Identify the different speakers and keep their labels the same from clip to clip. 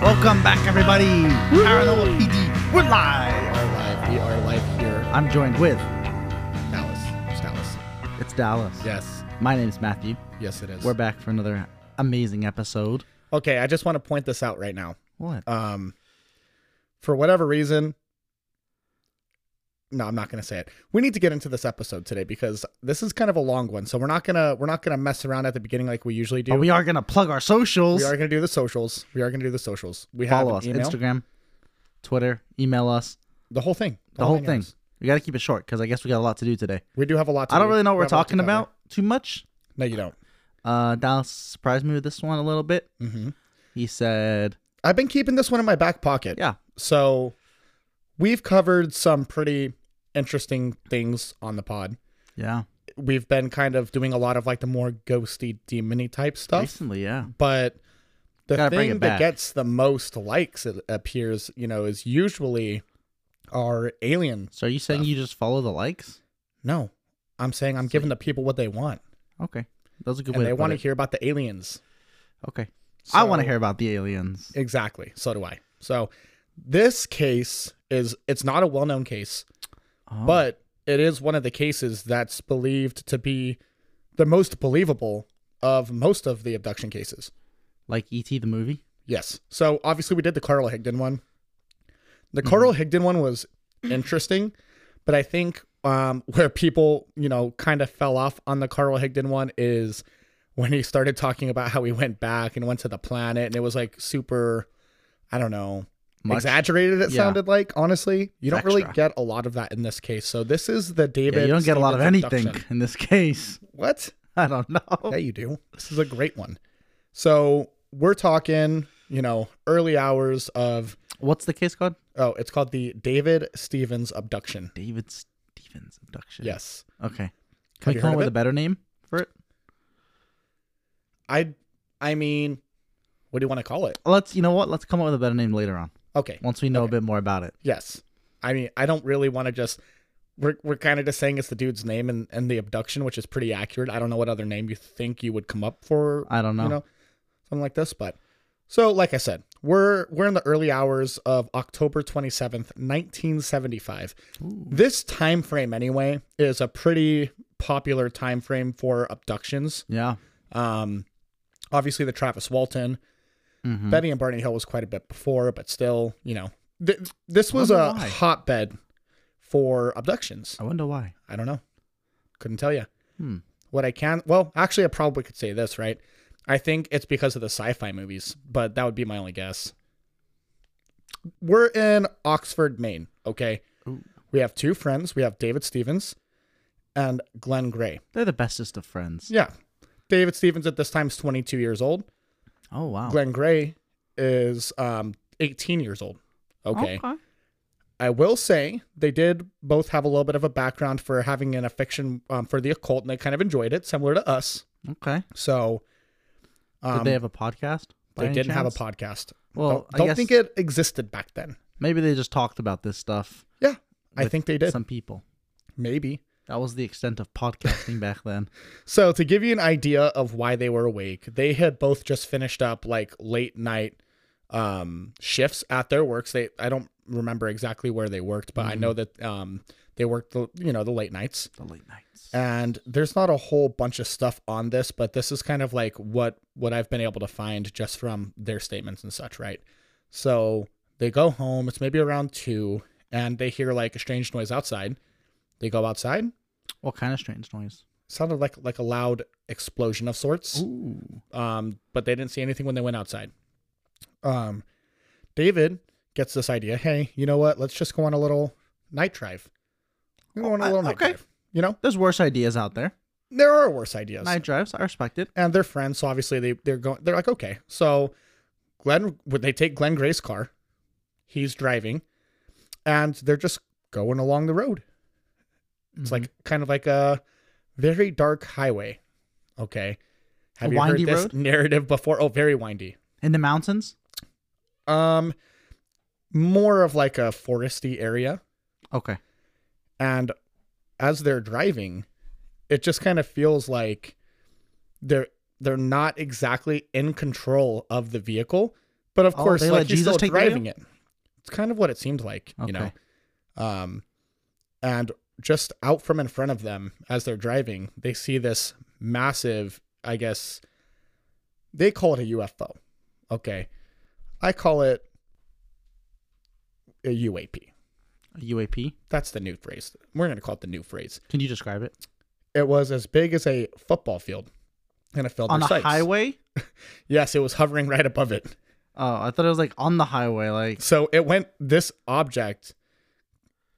Speaker 1: Welcome back, everybody. Paranormal PD. We're
Speaker 2: We
Speaker 1: live.
Speaker 2: are live. We are live here.
Speaker 1: I'm joined with
Speaker 2: Dallas. It's Dallas.
Speaker 1: it's Dallas.
Speaker 2: Yes.
Speaker 1: My name is Matthew.
Speaker 2: Yes, it is.
Speaker 1: We're back for another amazing episode.
Speaker 2: okay, I just want to point this out right now.
Speaker 1: What?
Speaker 2: Um, for whatever reason, no, I'm not going to say it. We need to get into this episode today because this is kind of a long one. So we're not gonna we're not gonna mess around at the beginning like we usually do.
Speaker 1: But we are gonna plug our socials.
Speaker 2: We are gonna do the socials. We are gonna do the socials. We have
Speaker 1: Follow
Speaker 2: an
Speaker 1: us:
Speaker 2: email.
Speaker 1: Instagram, Twitter. Email us.
Speaker 2: The whole thing.
Speaker 1: The whole thing.
Speaker 2: is-
Speaker 1: We gotta keep it short because I guess we got a lot to do today.
Speaker 2: We do have a lot. to
Speaker 1: I don't
Speaker 2: do.
Speaker 1: really know what
Speaker 2: We
Speaker 1: we're
Speaker 2: have a lot to
Speaker 1: talking
Speaker 2: cover.
Speaker 1: about too much.
Speaker 2: No, you don't.
Speaker 1: Uh, Dallas surprised me with this one a little bit.
Speaker 2: hmm
Speaker 1: He said,
Speaker 2: I've been keeping this one in my back pocket.
Speaker 1: "Yeah,
Speaker 2: So we've covered some pretty interesting things on the pod.
Speaker 1: yeah,
Speaker 2: We've been kind of doing a lot of like the more ghosty demony type stuff,
Speaker 1: recently, yeah."
Speaker 2: but the
Speaker 1: Gotta bring
Speaker 2: thing
Speaker 1: it
Speaker 2: that
Speaker 1: back.
Speaker 2: gets the most likes it appears, you know, is usually our alien.
Speaker 1: So are you saying you just follow the likes?
Speaker 2: No. I'm saying I'm giving the people what they want.
Speaker 1: Okay, that was a good
Speaker 2: And
Speaker 1: way.
Speaker 2: they
Speaker 1: to put
Speaker 2: want to
Speaker 1: it.
Speaker 2: hear about the aliens.
Speaker 1: Okay. I want to
Speaker 2: So-
Speaker 1: hear about the aliens.
Speaker 2: Exactly. So do I. So this case is it's not a well-known case.
Speaker 1: Oh,
Speaker 2: but it is one of the cases that's believed to be the most believable of most of the abduction cases.
Speaker 1: like ET the movie.
Speaker 2: Yes. So obviously we did the Carl Higdon one. The Carl Higdon one was interesting, but I think um, where people, you know, kind of fell off on the Carl Higdon one is when he started talking about how he went back and went to the planet and it was like super, I don't know,
Speaker 1: Much.
Speaker 2: exaggerated it
Speaker 1: Yeah.
Speaker 2: sounded like honestly you don't really
Speaker 1: Extra.
Speaker 2: get a lot of that in this case so this is the david
Speaker 1: Yeah, you don't get a lot of
Speaker 2: Stevens
Speaker 1: anything
Speaker 2: abduction.
Speaker 1: in this case.
Speaker 2: what
Speaker 1: I don't know.
Speaker 2: yeah you do this is a great one so we're talking you know early hours of
Speaker 1: What's the case called?
Speaker 2: oh it's called the david stevens abduction
Speaker 1: David Stevens abduction.
Speaker 2: yes
Speaker 1: Okay.
Speaker 2: Have
Speaker 1: Can
Speaker 2: you
Speaker 1: we come
Speaker 2: heard
Speaker 1: up
Speaker 2: of
Speaker 1: with
Speaker 2: it?
Speaker 1: a better name for it?
Speaker 2: i i mean what do you want to call it
Speaker 1: Let's. You know what? Let's come up with a better name later on
Speaker 2: okay
Speaker 1: once we know
Speaker 2: Okay.
Speaker 1: a bit more about it.
Speaker 2: yes i mean i don't really want to just we're, we're kind of just saying it's the dude's name and, and the abduction which is pretty accurate i don't know what other name you think you would come up for
Speaker 1: I don't know.
Speaker 2: you know, something like this. But so, like I said, we're we're in the early hours of October twenty seventh, nineteen seventy five.
Speaker 1: Ooh.
Speaker 2: This time frame, anyway, is a pretty popular time frame for abductions.
Speaker 1: Yeah.
Speaker 2: Um, obviously, the Travis Walton,
Speaker 1: Mhm.
Speaker 2: Betty and Barney Hill was quite a bit before, but still, you know, th- this was
Speaker 1: Wonder
Speaker 2: a
Speaker 1: why.
Speaker 2: hotbed for abductions.
Speaker 1: I wonder why.
Speaker 2: I don't know. Couldn't tell you.
Speaker 1: Hmm.
Speaker 2: What I can, well, actually, I probably could say this, right? I think it's because of the sci-fi movies, but that would be my only guess. We're in Oxford, Maine. Okay,
Speaker 1: Ooh.
Speaker 2: we have two friends. We have David Stevens and Glenn Gray.
Speaker 1: They're the bestest of friends.
Speaker 2: Yeah, David Stevens at this time is 22 years old.
Speaker 1: Oh wow.
Speaker 2: Glenn Gray is um, 18 years old. okay.
Speaker 1: okay.
Speaker 2: I will say they did both have a little bit of a background for having an affection um, for the occult, and they kind of enjoyed it, similar to us.
Speaker 1: Okay.
Speaker 2: So um,
Speaker 1: Did they have a podcast? by
Speaker 2: they
Speaker 1: any
Speaker 2: didn't have a
Speaker 1: chance?
Speaker 2: podcast.
Speaker 1: Well,
Speaker 2: don't
Speaker 1: I
Speaker 2: don't
Speaker 1: guess
Speaker 2: think it existed back then.
Speaker 1: maybe they just talked about this stuff.
Speaker 2: Yeah, I
Speaker 1: with
Speaker 2: think they did.
Speaker 1: Some people.
Speaker 2: Maybe.
Speaker 1: That was the extent of podcasting back then.
Speaker 2: So to give you an idea of why they were awake, they had both just finished up like late night um, shifts at their works. They I don't remember exactly where they worked, but I
Speaker 1: Mm-hmm.
Speaker 2: know that um, they worked the you know the late nights.
Speaker 1: The late nights.
Speaker 2: and there's not a whole bunch of stuff on this but this is kind of like what what i've been able to find just from their statements and such right so they go home it's maybe around two and they hear like a strange noise outside they go outside
Speaker 1: What kind of strange noise?
Speaker 2: sounded like like a loud explosion of sorts
Speaker 1: Ooh.
Speaker 2: um, but they didn't see anything when they went outside. Um, David gets this idea. Hey, you know what? Let's just go on a little night drive. We go on a
Speaker 1: I-
Speaker 2: little night
Speaker 1: Oh, okay.
Speaker 2: drive. You know,
Speaker 1: There's worse ideas out there.
Speaker 2: there are worse ideas,
Speaker 1: Night drives. I respect it.
Speaker 2: and they're friends, so obviously they they're going. They're like, okay, so Glenn would they take Glenn Gray's car? He's driving, and they're just going along the road. It's like
Speaker 1: Mm-hmm.
Speaker 2: kind of like a very dark highway. Okay, have
Speaker 1: A
Speaker 2: you heard
Speaker 1: windy
Speaker 2: this
Speaker 1: road?
Speaker 2: narrative before? Oh, very windy.
Speaker 1: Mm-hmm. in the mountains.
Speaker 2: Um, more of like a foresty area.
Speaker 1: Okay.
Speaker 2: And as they're driving, it just kind of feels like they're they're not exactly in control of the vehicle. But of
Speaker 1: Oh,
Speaker 2: course,
Speaker 1: they
Speaker 2: like
Speaker 1: let
Speaker 2: he's
Speaker 1: Jesus
Speaker 2: still
Speaker 1: take the video?
Speaker 2: driving it. It's kind of what it seemed like, you know.
Speaker 1: Okay.
Speaker 2: Um, and just out from in front of them as they're driving, they see this massive, I guess, they call it a UFO. Okay, I call it a UAP.
Speaker 1: A UAP.
Speaker 2: That's the new phrase. We're gonna call it the new phrase.
Speaker 1: Can you describe it?
Speaker 2: It was as big as a football field, and it filled
Speaker 1: on
Speaker 2: their
Speaker 1: a
Speaker 2: sights.
Speaker 1: highway?
Speaker 2: Yes, it was hovering right above it.
Speaker 1: Oh, I thought it was like on the highway. Like
Speaker 2: So it went, this object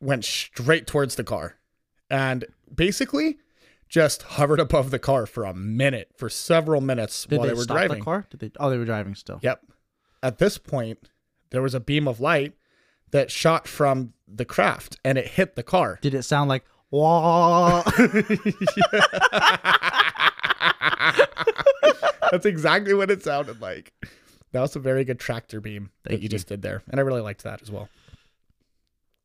Speaker 2: went straight towards the car and basically just hovered above the car for a minute, for several minutes
Speaker 1: did
Speaker 2: while
Speaker 1: they,
Speaker 2: they, were
Speaker 1: stop
Speaker 2: driving.
Speaker 1: the car? Did they? Oh, they were driving still.
Speaker 2: Yep. At this point, there was a beam of light that shot from the craft and it hit the car.
Speaker 1: Did it sound like wah?
Speaker 2: That's exactly what it sounded like. That was a very good tractor beam that
Speaker 1: Thank
Speaker 2: you,
Speaker 1: you.
Speaker 2: just did there. And I really liked that as well.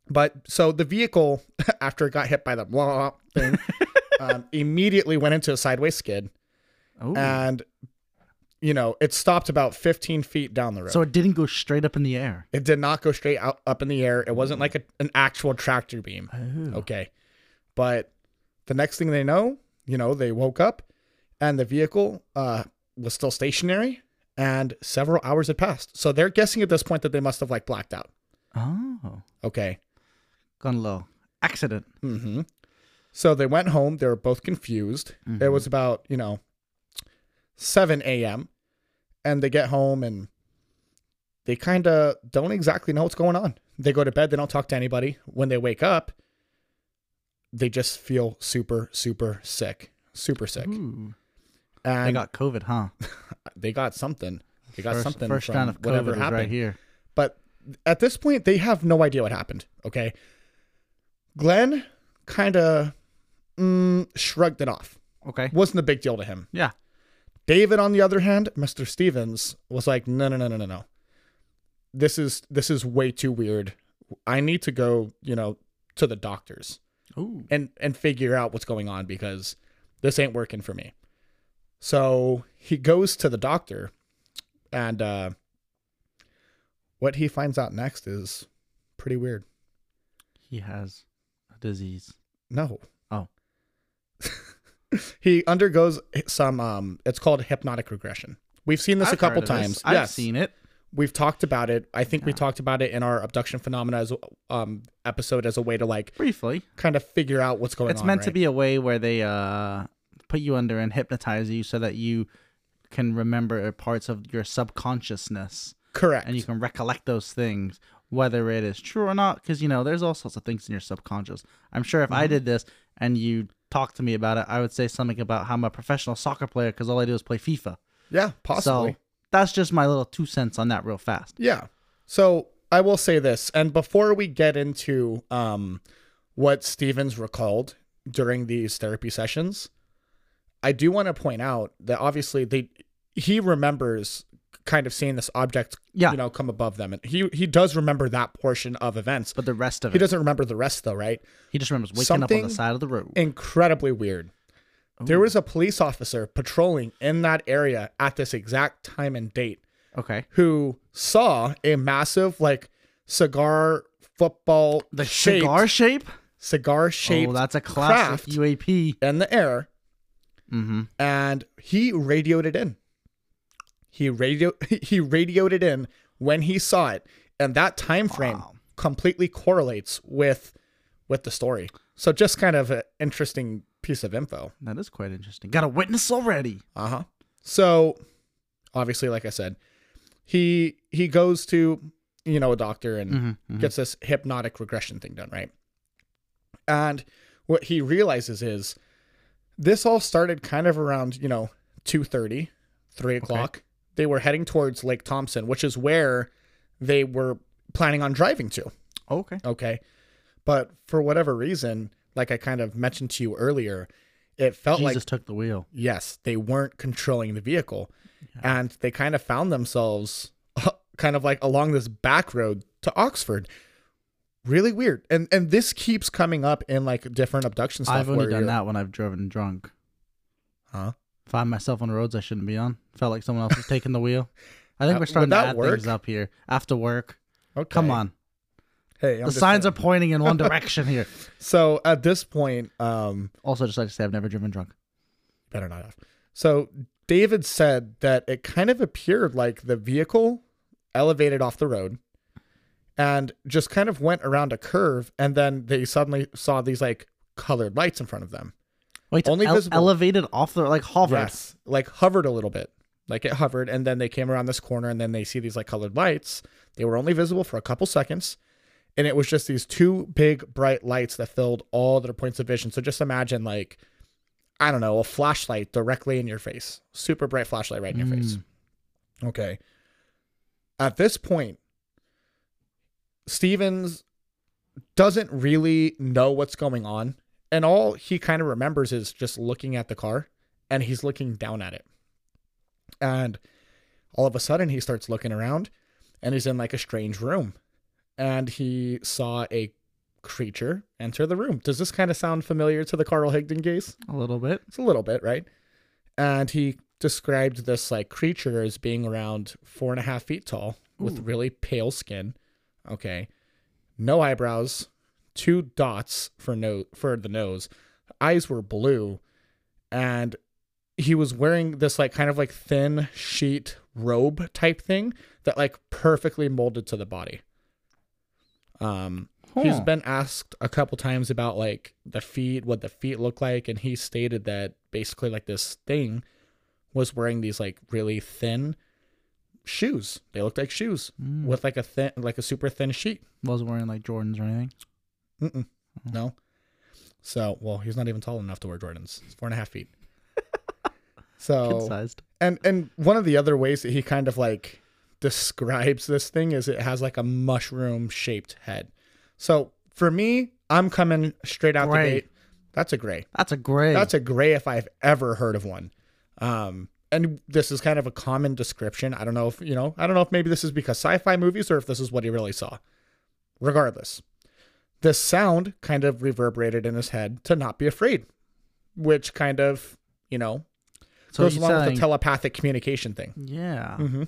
Speaker 2: But so the vehicle, after it got hit by the blah thing, um, immediately went into a sideways skid.
Speaker 1: oh.
Speaker 2: And, you know, it stopped about 15 feet down the road.
Speaker 1: so it didn't go straight up in the air.
Speaker 2: it did not go straight out up in the air. It wasn't like a, an actual tractor beam.
Speaker 1: Oh.
Speaker 2: Okay. But the next thing they know, you know, they woke up and the vehicle uh, was still stationary and several hours had passed. So they're guessing at this point that they must have like blacked out.
Speaker 1: Oh.
Speaker 2: Okay.
Speaker 1: Gone low. Accident.
Speaker 2: Mm-hmm. So they went home. They were both confused.
Speaker 1: Mm-hmm.
Speaker 2: It was about, you know, 7 a.m. And they get home and they kind of don't exactly know what's going on. They go to bed. They don't talk to anybody. When they wake up, they just feel super, super sick. Super sick.
Speaker 1: Ooh.
Speaker 2: And
Speaker 1: They got COVID, huh?
Speaker 2: they got something. They got
Speaker 1: first,
Speaker 2: something
Speaker 1: First
Speaker 2: from
Speaker 1: round of
Speaker 2: whatever
Speaker 1: COVID is
Speaker 2: happened.
Speaker 1: right here.
Speaker 2: But at this point, they have no idea what happened. Okay. Glenn kind of mm, shrugged it off.
Speaker 1: Okay.
Speaker 2: Wasn't a big deal to him.
Speaker 1: Yeah.
Speaker 2: David, on the other hand, Mr. Stevens was like, no, no, no, no, no, no. This is this is way too weird. I need to go, you know, to the doctors
Speaker 1: Ooh.
Speaker 2: and and figure out what's going on because this ain't working for me. So he goes to the doctor, and uh, what he finds out next is pretty weird.
Speaker 1: He has a disease.
Speaker 2: No.
Speaker 1: Oh.
Speaker 2: he undergoes some. Um, it's called hypnotic regression. We've seen this
Speaker 1: I've
Speaker 2: a couple
Speaker 1: heard of this.
Speaker 2: times.
Speaker 1: I've
Speaker 2: yes,
Speaker 1: seen it.
Speaker 2: we've talked about it. I think we
Speaker 1: Yeah.
Speaker 2: talked about it in our abduction phenomena as, um, episode as a way to like
Speaker 1: Briefly.
Speaker 2: kind of figure out what's going
Speaker 1: it's
Speaker 2: on.
Speaker 1: meant to
Speaker 2: right?
Speaker 1: be a way where they uh put you under and hypnotize you so that you can remember parts of your subconsciousness
Speaker 2: correct.
Speaker 1: and you can recollect those things whether it is true or not because you know there's all sorts of things in your subconscious i'm sure if
Speaker 2: Mm-hmm.
Speaker 1: i did this and you talked to me about it i would say something about how i'm a professional soccer player because all i do is play fifa
Speaker 2: yeah, possibly.
Speaker 1: so that's just my little two cents on that real fast
Speaker 2: Yeah. So I will say this, and before we get into um, what Stevens recalled during these therapy sessions, I do want to point out that obviously they he remembers kind of seeing this object,
Speaker 1: Yeah.
Speaker 2: you know, come above them, and he he does remember that portion of events.
Speaker 1: but the rest of
Speaker 2: He
Speaker 1: it
Speaker 2: doesn't remember the rest though, right?
Speaker 1: he just remembers waking up on
Speaker 2: something-
Speaker 1: the side of the road
Speaker 2: Incredibly weird. There was a police officer patrolling in that area at this exact time and date
Speaker 1: okay
Speaker 2: who saw a massive like cigar football
Speaker 1: the
Speaker 2: shaped,
Speaker 1: cigar shape
Speaker 2: cigar shaped
Speaker 1: oh that's a classic
Speaker 2: craft
Speaker 1: uap
Speaker 2: in the air
Speaker 1: mm-hmm
Speaker 2: and he radioed it in he radio he radioed it in when he saw it and that time frame
Speaker 1: Wow.
Speaker 2: completely correlates with with the story so just kind of an interesting piece of info
Speaker 1: That is quite interesting. Got a witness already.
Speaker 2: Uh huh. So, obviously, like I said, he he goes to you know a doctor and
Speaker 1: Mhm, mhm.
Speaker 2: gets this hypnotic regression thing done, right? And what he realizes is this all started kind of around you know 2.30 3 o'clock they were heading towards lake thompson which is where they were planning on driving to
Speaker 1: Okay.
Speaker 2: okay but for whatever reason like i kind of mentioned to you earlier it felt
Speaker 1: Jesus
Speaker 2: like
Speaker 1: took the wheel.
Speaker 2: yes, they weren't controlling the vehicle. And they kind of found themselves kind of like along this back road to Oxford. Really weird. And and this keeps coming up in like different abduction stuff.
Speaker 1: I've only
Speaker 2: where
Speaker 1: done
Speaker 2: you're-
Speaker 1: that when I've driven drunk.
Speaker 2: Huh?
Speaker 1: Find myself on roads I shouldn't be on. Felt like someone else was taking the wheel. I I think
Speaker 2: Uh,
Speaker 1: we're
Speaker 2: would
Speaker 1: starting to
Speaker 2: that
Speaker 1: add
Speaker 2: work?
Speaker 1: things up here after work.
Speaker 2: Okay.
Speaker 1: Come on,
Speaker 2: Hey, I'm
Speaker 1: the
Speaker 2: just
Speaker 1: signs
Speaker 2: saying.
Speaker 1: are pointing in one direction here.
Speaker 2: So at this point, um,
Speaker 1: Also, just like to say, I've never driven drunk.
Speaker 2: better not have. So David said that it kind of appeared like the vehicle elevated off the road and just kind of went around a curve, and then they suddenly saw these like colored lights in front of them.
Speaker 1: Wait,
Speaker 2: Only
Speaker 1: only
Speaker 2: visible-
Speaker 1: elevated off the like hovered.
Speaker 2: Yes, like hovered a little bit. Like it hovered, and then they came around this corner, and then they see these like colored lights. They were only visible for a couple seconds, and it was just these two big bright lights that filled all their points of vision. So just imagine, like, I don't know, a flashlight directly in your face, super bright flashlight right in your face. Okay. At this point, Stevens doesn't really know what's going on. And all he kind of remembers is just looking at the car and he's looking down at it. And all of a sudden, he starts looking around and he's in like a strange room. And he saw a creature enter the room. Does this kind of sound familiar to the Carl Higdon case?
Speaker 1: a little bit.
Speaker 2: It's a little bit, right? And he described this like creature as being around four and a half feet tall with really pale skin. Okay. No eyebrows, two dots for no for the nose. Eyes were blue. And he was wearing this like kind of like thin sheet robe type thing that like perfectly molded to the body. Um He's
Speaker 1: Huh.
Speaker 2: been asked a couple times about like the feet, what the feet look like, and he stated that basically like this thing was wearing these like really thin shoes. They looked like shoes
Speaker 1: Mm.
Speaker 2: with like a thin, like a super thin sheet.
Speaker 1: wasn't wearing like Jordans or anything.
Speaker 2: Mm-mm. No. So, well, he's not even tall enough to wear Jordans. He's four and a half feet.
Speaker 1: Kid
Speaker 2: So,
Speaker 1: sized.
Speaker 2: and and one of the other ways that he kind of like describes this thing is it has like a mushroom shaped head. So for me, I'm coming straight out
Speaker 1: Gray.
Speaker 2: the gate. That's a gray.
Speaker 1: That's a great.
Speaker 2: That's a gray if I've ever heard of one. Um, and this is kind of a common description. I don't know if you know. I don't know if maybe this is because sci-fi movies or if this is what he really saw. Regardless, this sound kind of reverberated in his head to not be afraid, which kind of you know
Speaker 1: so
Speaker 2: goes
Speaker 1: he's
Speaker 2: along with
Speaker 1: saying,
Speaker 2: the telepathic communication thing.
Speaker 1: yeah.
Speaker 2: Mhm.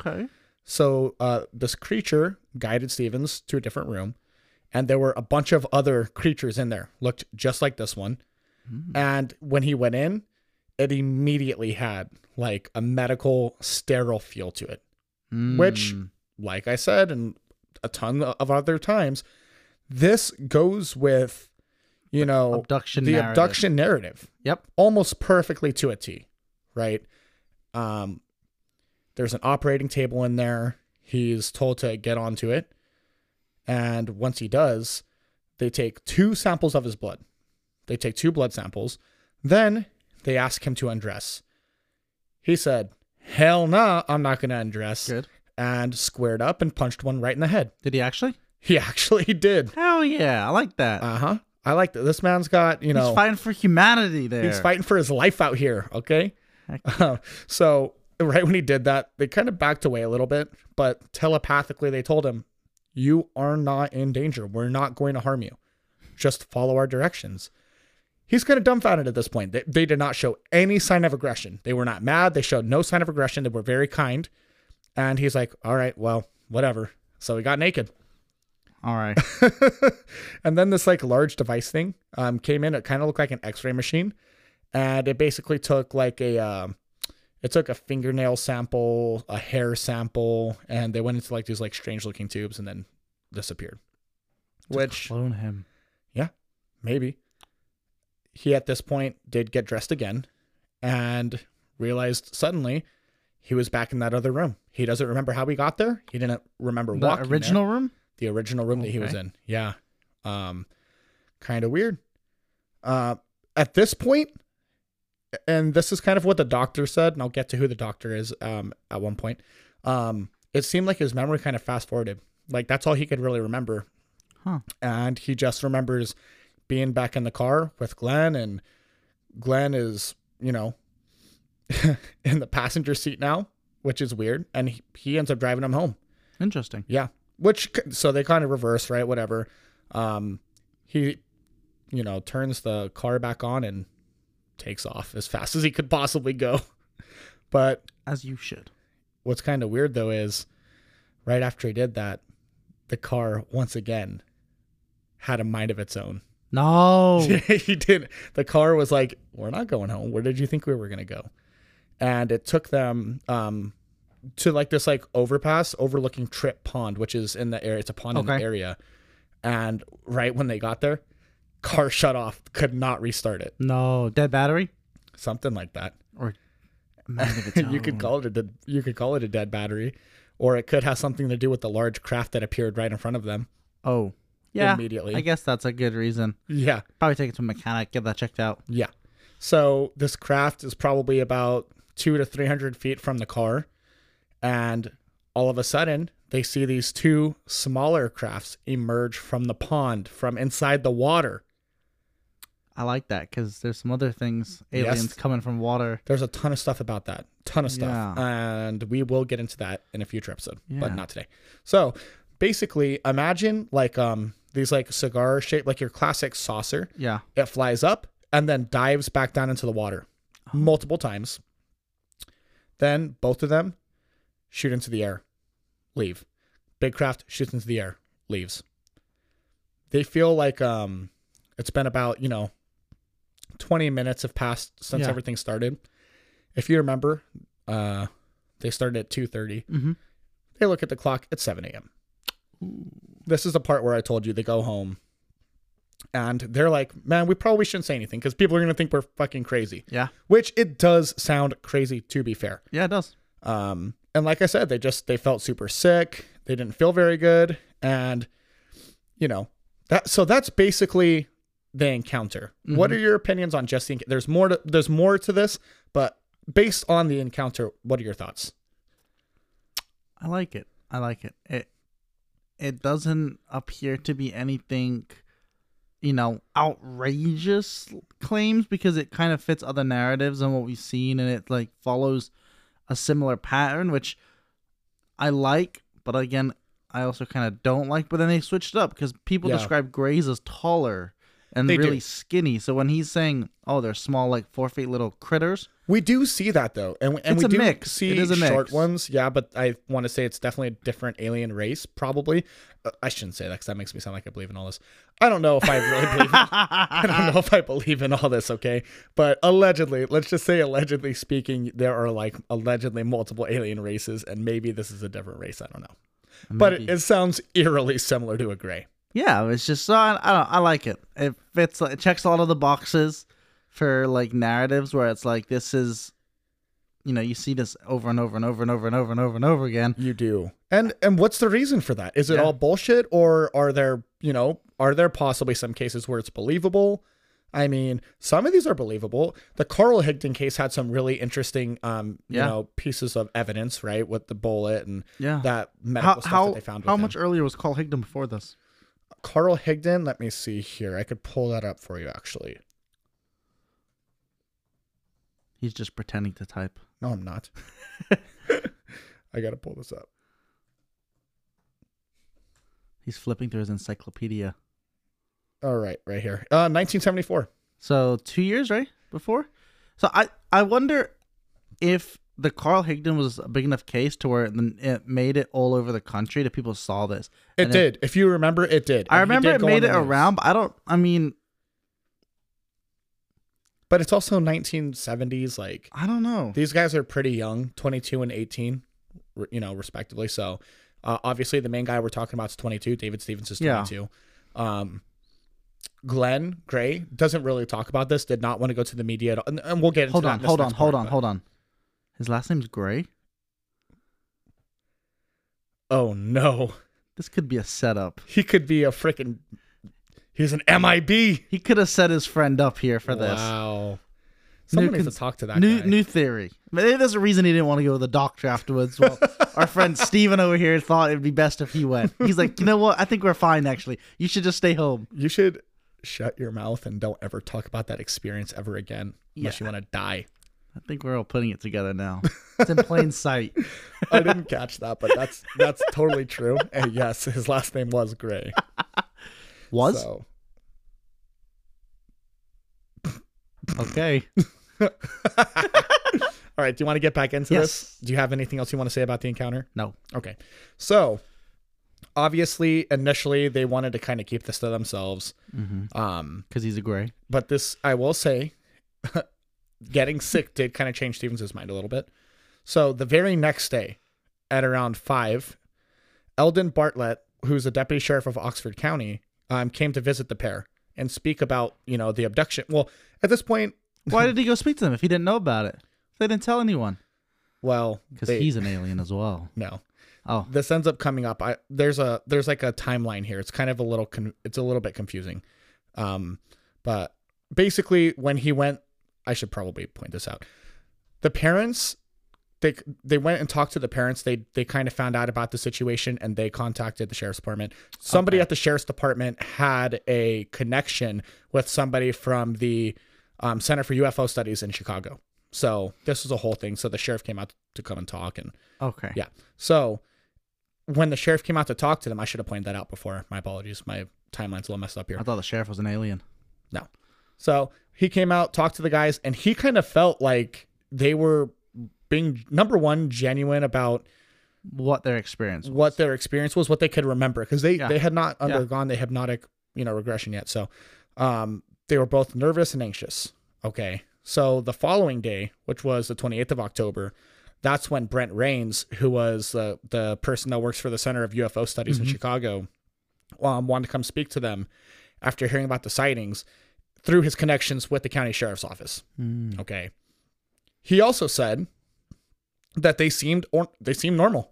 Speaker 1: Okay.
Speaker 2: So uh, this creature guided Stevens to a different room, and there were a bunch of other creatures in there, looked just like this one.
Speaker 1: Hmm.
Speaker 2: And when he went in, it immediately had like a medical sterile feel to it, which,
Speaker 1: Mm.
Speaker 2: like I said, and a ton of other times, this goes with, you know,
Speaker 1: abduction.
Speaker 2: the
Speaker 1: narrative.
Speaker 2: abduction narrative
Speaker 1: Yep.
Speaker 2: almost perfectly to a T, right? Um, there's an operating table in there. He's told to get onto it. And once he does, they take two samples of his blood. They take two blood samples. Then they ask him to undress. He said, Hell nah, I'm not going to undress.
Speaker 1: Good.
Speaker 2: And squared up and punched one right in the head.
Speaker 1: Did he actually?
Speaker 2: He actually did.
Speaker 1: Hell yeah! I like that.
Speaker 2: Uh huh. I like that. This man's got, you know.
Speaker 1: he's fighting for humanity there.
Speaker 2: He's fighting for his life out here, okay?
Speaker 1: Heck.
Speaker 2: Uh, so, right when he did that, they kind of backed away a little bit, but telepathically they told him, You are not in danger. We're not going to harm you. Just follow our directions. He's kind of dumbfounded at this point. They, they did not show any sign of aggression. They were not mad. They showed no sign of aggression. They were very kind. And he's like, All right, well, whatever. So he got naked.
Speaker 1: All right.
Speaker 2: and then this like large device thing um, came in. It kind of looked like an X-ray machine, and it basically took like a um, it took a fingernail sample, a hair sample, and they went into like these like strange looking tubes and then disappeared. Which
Speaker 1: Clone him.
Speaker 2: maybe he at this point did get dressed again and realized suddenly he was back in that other room. He doesn't remember how he got there. He didn't remember
Speaker 1: The
Speaker 2: walking there
Speaker 1: original room.
Speaker 2: the original room that he was
Speaker 1: Okay.
Speaker 2: in. Yeah. Um kind of weird. Uh at this point and this is kind of what the doctor said, and I'll get to who the doctor is um at one point. Um it seemed like his memory kind of fast forwarded. Like that's all he could really remember.
Speaker 1: Huh.
Speaker 2: And he just remembers being back in the car with Glenn and Glenn is, you know, in the passenger seat now, which is weird, and he, he ends up driving him home.
Speaker 1: Interesting.
Speaker 2: Yeah. Which so they kind of reverse, right? Whatever. Um he you know, turns the car back on and takes off as fast as he could possibly go. But
Speaker 1: As you should.
Speaker 2: what's kind of weird though is right after he did that, the car once again had a mind of its own.
Speaker 1: No.
Speaker 2: he did. The car was like, "We're not going home. Where did you think we were gonna go?" And it took them um, to like this like overpass overlooking Trip Pond, which is in the area. It's a pond in
Speaker 1: Okay.
Speaker 2: the area. And right when they got there, car shut off, could not restart it.
Speaker 1: No. Dead battery?
Speaker 2: Something like that.
Speaker 1: Or mind of its
Speaker 2: you could
Speaker 1: own.
Speaker 2: call it a dead, you could call it a dead battery, or it could have something to do with the large craft that appeared right in front of them
Speaker 1: Oh. Yeah.
Speaker 2: immediately.
Speaker 1: I guess that's a good reason.
Speaker 2: yeah,
Speaker 1: Probably take it to a mechanic, get that checked out.
Speaker 2: yeah. So this craft is probably about two to three hundred feet from the car, and all of a sudden they see these two smaller crafts emerge from the pond from inside the water.
Speaker 1: I like that because there's some other things aliens
Speaker 2: Yes.
Speaker 1: coming from water.
Speaker 2: There's a ton of stuff about that. Ton of stuff. And we will get into that in a future episode, but
Speaker 1: Yeah.
Speaker 2: not today. So basically imagine like um these like cigar shaped like your classic saucer.
Speaker 1: Yeah.
Speaker 2: It flies up and then dives back down into the water multiple times. Then both of them shoot into the air, leave. Big craft shoots into the air, leaves. They feel like um it's been about, you know, 20 minutes have passed since
Speaker 1: Yeah.
Speaker 2: everything started. If you remember, uh they started at 2:30.
Speaker 1: Mhm.
Speaker 2: They look at the clock, it's 7 a.m. This is the part where I told you they go home. And they're like, man, we probably shouldn't say anything because people are going to think we're fucking crazy.
Speaker 1: Yeah.
Speaker 2: Which it does sound crazy, to be fair.
Speaker 1: Yeah, it does.
Speaker 2: Um, and like I said, they just they felt super sick. They didn't feel very good, and you know that. So that's basically the encounter. What are your opinions on just the? enc- There's more. To, there's more to this, but based on the encounter, what are your thoughts?
Speaker 1: I like it. I like it. It it doesn't appear to be anything, you know, outrageous claims because it kind of fits other narratives and what we've seen, and it like follows a similar pattern, which I like, but again, I also kind of don't like. But then they switched it up because people
Speaker 2: Yeah.
Speaker 1: describe Grays as taller and
Speaker 2: They do.
Speaker 1: really skinny. So when he's saying, "Oh, they're small, like four feet little critters,"
Speaker 2: We do see that though, and, we- and
Speaker 1: It's
Speaker 2: we
Speaker 1: a
Speaker 2: do
Speaker 1: mix.
Speaker 2: see
Speaker 1: It is a
Speaker 2: short
Speaker 1: mix.
Speaker 2: ones. Yeah, but I want to say it's definitely a different alien race. Probably, Uh, I shouldn't say that because that makes me sound like I believe in all this. I don't know if I really believe. In, I don't know if I believe in all this. Okay, but allegedly, let's just say allegedly speaking, there are like allegedly multiple alien races, and maybe this is a different race. I don't know, but it,
Speaker 1: Maybe.
Speaker 2: it sounds eerily similar to a gray.
Speaker 1: Yeah, it's just so I, I don't I like it. It fits it checks a lot of the boxes for like narratives where it's like this is you know, you see this over and over and over and over and over and over and over again.
Speaker 2: You do. And and what's the reason for that? Is it
Speaker 1: Yeah.
Speaker 2: all bullshit or are there, you know, are there possibly some cases where it's believable? I mean, some of these are believable. The Carl Higdon case had some really interesting um,
Speaker 1: Yeah.
Speaker 2: you know, pieces of evidence, right? With the bullet and
Speaker 1: Yeah.
Speaker 2: that medical
Speaker 1: how
Speaker 2: stuff
Speaker 1: how,
Speaker 2: that they found.
Speaker 1: how
Speaker 2: with him.
Speaker 1: much earlier was Carl Higdon before this?
Speaker 2: Carl Higdon, let me see here. I could pull that up for you actually.
Speaker 1: He's just pretending to type.
Speaker 2: No, I'm not. I gotta pull this up.
Speaker 1: He's flipping through his encyclopedia.
Speaker 2: All right, right here. Uh 1974.
Speaker 1: So two years, right? Before? So I, I wonder if the Carl Higdon was a big enough case to where it it made it all over the country that people saw this.
Speaker 2: It
Speaker 1: And if-
Speaker 2: did. If you remember, it did.
Speaker 1: I
Speaker 2: And he
Speaker 1: remember
Speaker 2: did
Speaker 1: it
Speaker 2: go on
Speaker 1: made
Speaker 2: the
Speaker 1: it
Speaker 2: news.
Speaker 1: around, but I don't. I mean,
Speaker 2: But it's also 1970s. Like
Speaker 1: I don't know.
Speaker 2: these guys are pretty young, 22 and 18, re- you know, respectively. So uh, obviously, the main guy we're talking about is 22. David Stevens is
Speaker 1: Yeah.
Speaker 2: 22. Um, Glenn Gray doesn't really talk about this. Did not want to go to the media at all. And, and we'll get into
Speaker 1: hold
Speaker 2: that
Speaker 1: on,
Speaker 2: in this
Speaker 1: hold on,
Speaker 2: next
Speaker 1: hold
Speaker 2: part,
Speaker 1: on,
Speaker 2: but-
Speaker 1: hold on. His last name's Gray.
Speaker 2: Oh no,
Speaker 1: This could be a setup.
Speaker 2: he could be a freaking. He's an MIB.
Speaker 1: He could have set his friend up here for this.
Speaker 2: Wow. Someone needs
Speaker 1: cons-
Speaker 2: to talk to that
Speaker 1: New
Speaker 2: guy.
Speaker 1: new theory. Maybe there's a reason he didn't want to go to the doctor afterwards. Well, our friend Steven over here thought it'd be best if he went. He's like, you know what? I think we're fine. Actually, you should just stay home.
Speaker 2: you should shut your mouth and don't ever talk about that experience ever again unless you want to die.
Speaker 1: I think we're all putting it together now. It's in plain sight.
Speaker 2: I didn't catch that, but that's that's totally true. And yes, his last name was Gray.
Speaker 1: Was
Speaker 2: So.
Speaker 1: okay.
Speaker 2: All right. Do you want to get back into
Speaker 1: Yes.
Speaker 2: this? Do you have anything else you want to say about the encounter?
Speaker 1: No.
Speaker 2: Okay. So, obviously, initially they wanted to kind of keep this to themselves.
Speaker 1: Because
Speaker 2: Um,
Speaker 1: Mm-hmm. he's a gray.
Speaker 2: but this, I will say, getting sick did kind of change Stevens' mind a little bit. So, the very next day at around five, Eldon Bartlett, who's the deputy sheriff of Oxford County, um, came to visit the pair and speak about, you know, the abduction. Well, at this point,
Speaker 1: Why did he go speak to them if he didn't know about it? They didn't tell anyone.
Speaker 2: well,
Speaker 1: Because
Speaker 2: they-
Speaker 1: he's an alien as well.
Speaker 2: no.
Speaker 1: Oh,
Speaker 2: this ends up coming up. I there's a there's like a timeline here. It's kind of a little con- it's a little bit confusing. Um but basically when he went I should probably point this out. The parents they they went and talked to the parents. They they kind of found out about the situation and they contacted the sheriff's department. Somebody
Speaker 1: Okay.
Speaker 2: at the sheriff's department had a connection with somebody from the um, Center for UFO Studies in Chicago. So this was a whole thing. So the sheriff came out to come and talk and
Speaker 1: okay.
Speaker 2: yeah. so when the sheriff came out to talk to them, I should have pointed that out before. My apologies. My timeline's a little messed up here.
Speaker 1: I thought the sheriff was an alien.
Speaker 2: No. So he came out, talked to the guys, and he kind of felt like they were being number one genuine about
Speaker 1: What their experience was.
Speaker 2: what their experience was, what they could remember, because they
Speaker 1: Yeah.
Speaker 2: they had not
Speaker 1: Yeah.
Speaker 2: undergone the hypnotic you know regression yet. So um, they were both nervous and anxious. Okay. So the following day, which was the 28th of October, that's when Brent Rains, who was the the person that works for the Center of UFO Studies
Speaker 1: Mm-hmm.
Speaker 2: in Chicago, um, wanted to come speak to them after hearing about the sightings through his connections with the county sheriff's office.
Speaker 1: Mm.
Speaker 2: Okay. He also said that they seemed or they seemed normal.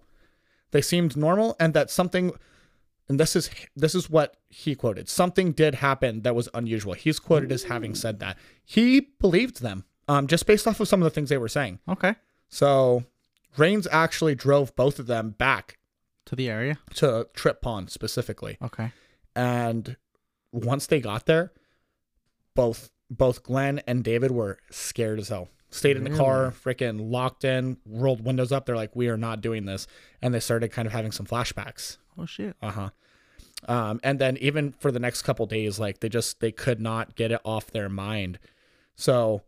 Speaker 2: They seemed normal and that something and this is this is what he quoted. Something did happen that was unusual. He's quoted as having said that. He believed them um just based off of some of the things they were saying.
Speaker 1: Okay.
Speaker 2: So Rains actually drove both of them back
Speaker 1: To the area.
Speaker 2: to Trip Pond specifically.
Speaker 1: Okay.
Speaker 2: And once they got there, both both Glenn and David were scared as hell. Stayed in the car, freaking locked in, rolled windows up. They're like, "We are not doing this," and they started kind of having some flashbacks.
Speaker 1: Oh shit.
Speaker 2: Uh huh. Um, and then even for the next couple days, like they just they could not get it off their mind. So,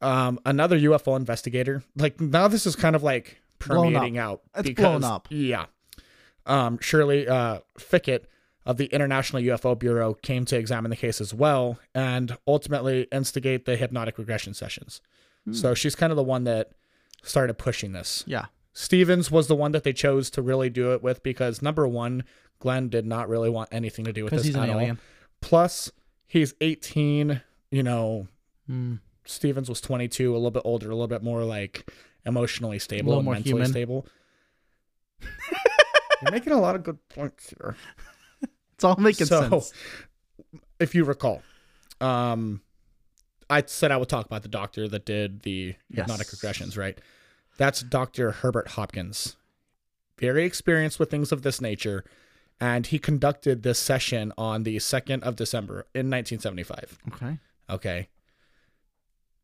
Speaker 2: um, another UFO investigator, like now this is kind of like
Speaker 1: Blown up.
Speaker 2: permeating out.
Speaker 1: It's blown up.
Speaker 2: Yeah. Um, Shirley uh, Fickett of the International UFO Bureau came to examine the case as well and ultimately instigate the hypnotic regression sessions.
Speaker 1: Hmm.
Speaker 2: So she's kind of the one that started pushing this.
Speaker 1: Yeah.
Speaker 2: Stevens was the one that they chose to really do it with because number one, Glenn did not really want anything to do with
Speaker 1: Because
Speaker 2: this
Speaker 1: he's an
Speaker 2: at all.
Speaker 1: alien.
Speaker 2: Plus, he's 18. You know,
Speaker 1: Mm.
Speaker 2: Stevens was 22, a little bit older, a little bit more like emotionally stable,
Speaker 1: little
Speaker 2: and
Speaker 1: more
Speaker 2: mentally
Speaker 1: human.
Speaker 2: stable. You're making a lot of good points here.
Speaker 1: It's all making
Speaker 2: So-
Speaker 1: sense.
Speaker 2: If you recall, um, I said I would talk about the doctor that did the hypnotic
Speaker 1: Yes.
Speaker 2: regressions, right? That's Dr. Herbert Hopkins. Very experienced with things of this nature. And he conducted this session on the 2nd of December in 1975.
Speaker 1: Okay.
Speaker 2: Okay.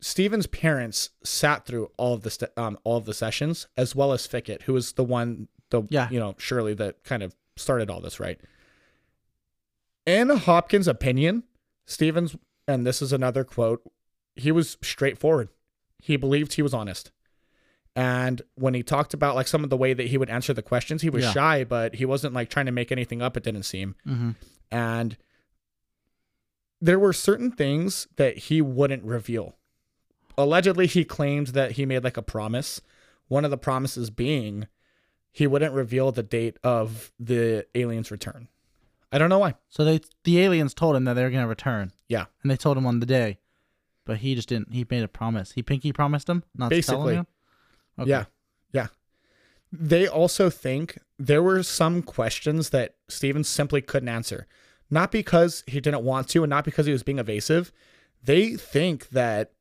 Speaker 2: Steven's parents sat through all of the st- um, all of the sessions, as well as Fickett, who was the one, the
Speaker 1: Yeah.
Speaker 2: you know, Shirley that kind of started all this, right? In Hopkins' opinion, Stevens, and this is another quote, he was straightforward. He believed he was honest. And when he talked about like some of the way that he would answer the questions, he was
Speaker 1: Yeah.
Speaker 2: shy, but he wasn't like trying to make anything up, it didn't seem
Speaker 1: Mm-hmm.
Speaker 2: and there were certain things that he wouldn't reveal. Allegedly, he claimed that he made like a promise. One of the promises being he wouldn't reveal the date of the alien's return. I don't know why.
Speaker 1: So they the aliens told him that they were gonna return.
Speaker 2: Yeah.
Speaker 1: And they told him on the day, but he just didn't. He made a promise. He pinky promised him not to
Speaker 2: Basically.
Speaker 1: tell him. Okay.
Speaker 2: Yeah. Yeah. They also think there were some questions that Stevens simply couldn't answer. Not because he didn't want to and not because he was being evasive. They think that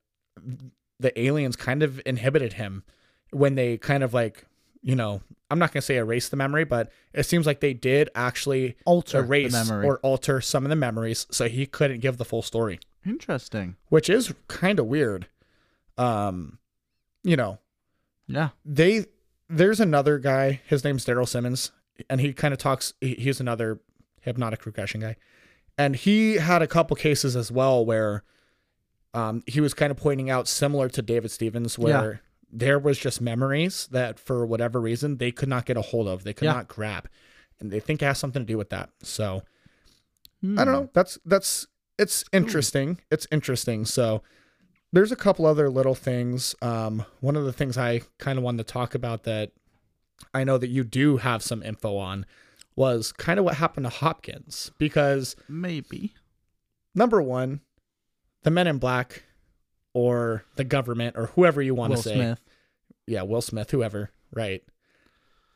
Speaker 2: the aliens kind of inhibited him when they kind of like, you know, I'm not going to say erase the memory, but it seems like they did actually
Speaker 1: Alter the
Speaker 2: erase
Speaker 1: memory.
Speaker 2: or alter some of the memories so he couldn't give the full story
Speaker 1: Interesting.
Speaker 2: which is kind of weird um you know
Speaker 1: Yeah.
Speaker 2: they there's another guy his name's daryl simmons and he kind of talks he, he's another hypnotic regression guy and he had a couple cases as well where um, he was kind of pointing out similar to david stevens where there was just memories that for whatever reason they could not get a hold of. They could
Speaker 1: Yeah.
Speaker 2: not grab. And they think it has something to do with that. So
Speaker 1: Hmm.
Speaker 2: I don't know. That's that's it's interesting. It's interesting. So there's a couple other little things. Um, one of the things I kind of wanted to talk about that I know that you do have some info on was kind of what happened to Hopkins because
Speaker 1: Hmm. Maybe.
Speaker 2: number one, the Men in Black or the government or whoever you want
Speaker 1: Will
Speaker 2: to say,
Speaker 1: Smith.
Speaker 2: yeah, Will Smith, whoever, right?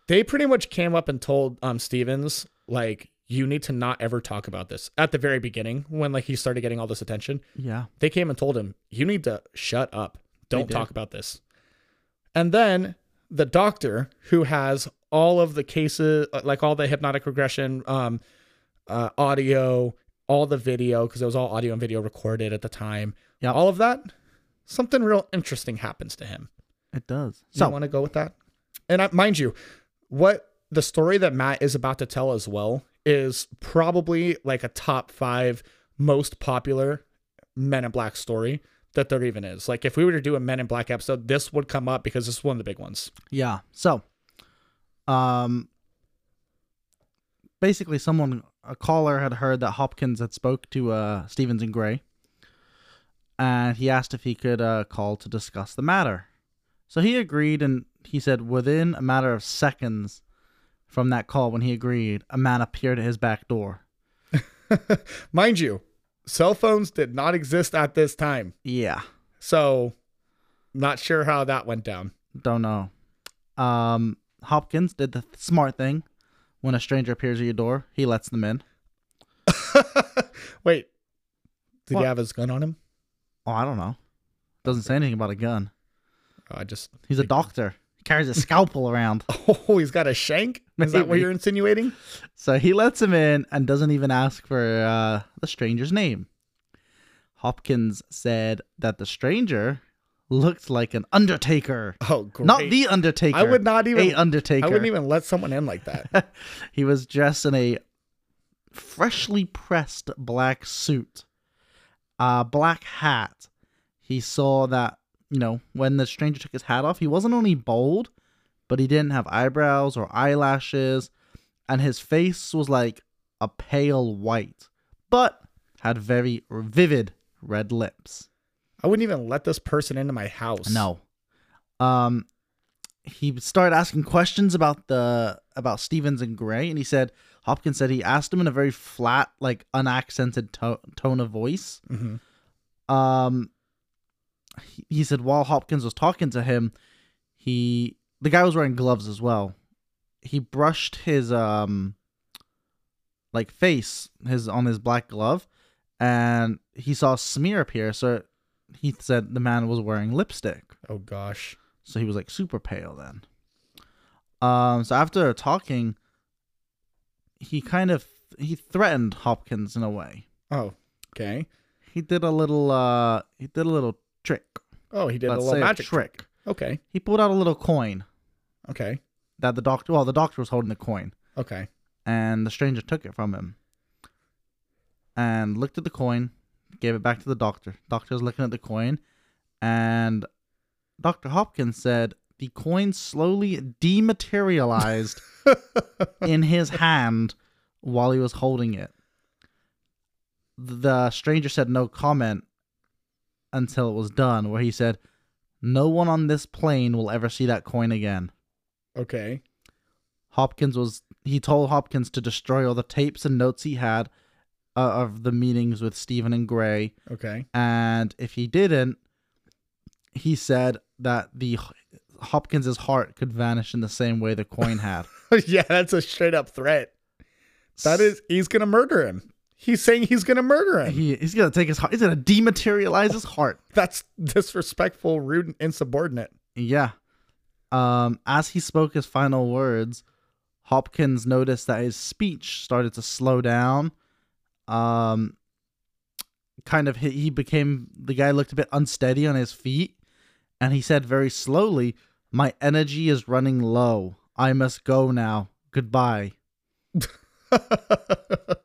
Speaker 2: They pretty much came up and told um Stevens like you need to not ever talk about this at the very beginning when like he started getting all this attention.
Speaker 1: Yeah.
Speaker 2: They came and told him you need to shut up. Don't
Speaker 1: did.
Speaker 2: talk about this. And then the doctor who has all of the cases uh, like all the hypnotic regression um uh, audio, all the video because it was all audio and video recorded at the time.
Speaker 1: Yep.
Speaker 2: all of that. Something real interesting happens to him.
Speaker 1: It does.
Speaker 2: So
Speaker 1: So
Speaker 2: you want to go with that? And I, mind you, what the story that Matt is about to tell as well is probably like a top five most popular Men in Black story that there even is. Like if we were to do a Men in Black episode, this would come up because this is one of the big ones.
Speaker 1: Yeah. So, um, basically, someone a caller had heard that Hopkins had spoke to uh, Stevens and Gray, and he asked if he could uh, call to discuss the matter. So he agreed, and he said within a matter of seconds from that call, when he agreed, a man appeared at his back door.
Speaker 2: Mind you, cell phones did not exist at this time.
Speaker 1: Yeah.
Speaker 2: So not sure how that went down.
Speaker 1: Don't know. Um, Hopkins did the smart thing. When a stranger appears at your door, he lets them in.
Speaker 2: Wait. Did
Speaker 1: What?
Speaker 2: he have his gun on him?
Speaker 1: Oh, I don't know. Doesn't say anything about a gun.
Speaker 2: Oh, I just
Speaker 1: He's a doctor. He carries a scalpel around.
Speaker 2: Oh, he's got a shank? Is that what
Speaker 1: Maybe.
Speaker 2: you're insinuating?
Speaker 1: So he lets him in and doesn't even ask for uh, the stranger's name. Hopkins said that the stranger looked like an undertaker.
Speaker 2: Oh, great.
Speaker 1: Not the undertaker.
Speaker 2: I would not even-
Speaker 1: a undertaker.
Speaker 2: I wouldn't even let someone in like that.
Speaker 1: he was dressed in a freshly pressed black suit, a black hat. He saw that, you know, when the stranger took his hat off, he wasn't only bald, but he didn't have eyebrows or eyelashes, and his face was like a pale white, but had very vivid red lips.
Speaker 2: I wouldn't even let this person into my house.
Speaker 1: No. Um, he started asking questions about the about Stevens and Gray, and he said Hopkins said he asked him in a very flat, like unaccented to- tone of voice.
Speaker 2: Mhm.
Speaker 1: Um, he, he said while Hopkins was talking to him, he the guy was wearing gloves as well. He brushed his um like face his on his black glove, and he saw a smear appear. So he said the man was wearing lipstick.
Speaker 2: Oh gosh.
Speaker 1: So he was like super pale then. Um, so after talking, he kind of he threatened Hopkins in a way.
Speaker 2: Oh. Okay.
Speaker 1: He did a little uh he did a little trick.
Speaker 2: Oh, he did
Speaker 1: Let's
Speaker 2: a
Speaker 1: say
Speaker 2: little magic
Speaker 1: a trick.
Speaker 2: Okay.
Speaker 1: He pulled out a little coin
Speaker 2: Okay.
Speaker 1: that the doctor well, the doctor was holding the coin
Speaker 2: Okay.
Speaker 1: and the stranger took it from him. And looked at the coin, gave it back to the doctor. Doctor was looking at the coin and Dr. Hopkins said the coin slowly dematerialized in his hand while he was holding it. The stranger said no comment until it was done, where he said, No one on this plane will ever see that coin again.
Speaker 2: okay.
Speaker 1: Hopkins was, he told Hopkins to destroy all the tapes and notes he had uh, of the meetings with Stephen and Gray.
Speaker 2: Okay.
Speaker 1: And if he didn't, he said that the Hopkins's heart could vanish in the same way the coin had.
Speaker 2: yeah, that's a straight up threat. That is he's gonna murder him. He's saying he's gonna murder him.
Speaker 1: He, he's gonna take his heart. He's gonna dematerialize his heart.
Speaker 2: That's disrespectful, rude, and insubordinate.
Speaker 1: Yeah. Um, as he spoke his final words, Hopkins noticed that his speech started to slow down. Um, kind of he, he became the guy looked a bit unsteady on his feet, and he said very slowly, "My energy is running low. I must go now. Goodbye."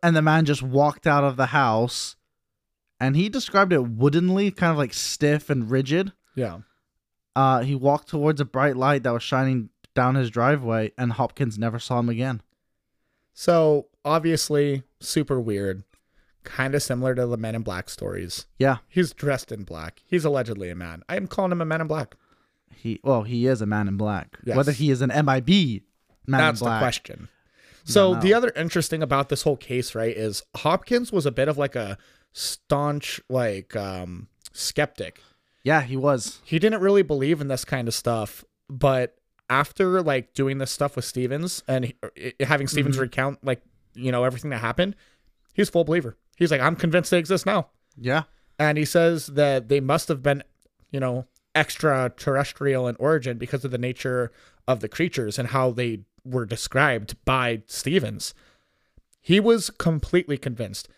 Speaker 1: and the man just walked out of the house, and he described it woodenly, kind of like stiff and rigid.
Speaker 2: yeah.
Speaker 1: Uh, he walked towards a bright light that was shining down his driveway, and Hopkins never saw him again.
Speaker 2: So obviously, super weird. Kind of similar to the Men in Black stories.
Speaker 1: Yeah.
Speaker 2: He's dressed in black. He's allegedly a man. I am calling him a man in black.
Speaker 1: He well, he is a man in black.
Speaker 2: Yes.
Speaker 1: Whether he is an MIB man
Speaker 2: That's
Speaker 1: in black,
Speaker 2: the question. So
Speaker 1: no.
Speaker 2: the other interesting about this whole case, right, is Hopkins was a bit of like a staunch like um skeptic.
Speaker 1: yeah, he was.
Speaker 2: He didn't really believe in this kind of stuff, but after like doing this stuff with Stevens and he- uh, i- i- having Stevens
Speaker 1: Mm-hmm.
Speaker 2: recount like, you know, everything that happened, he's full believer. He's like, "I'm convinced they exist now."
Speaker 1: Yeah,
Speaker 2: and he says that they must have been, you know, extraterrestrial in origin because of the nature of the creatures and how they were described by Stevens. He was completely convinced.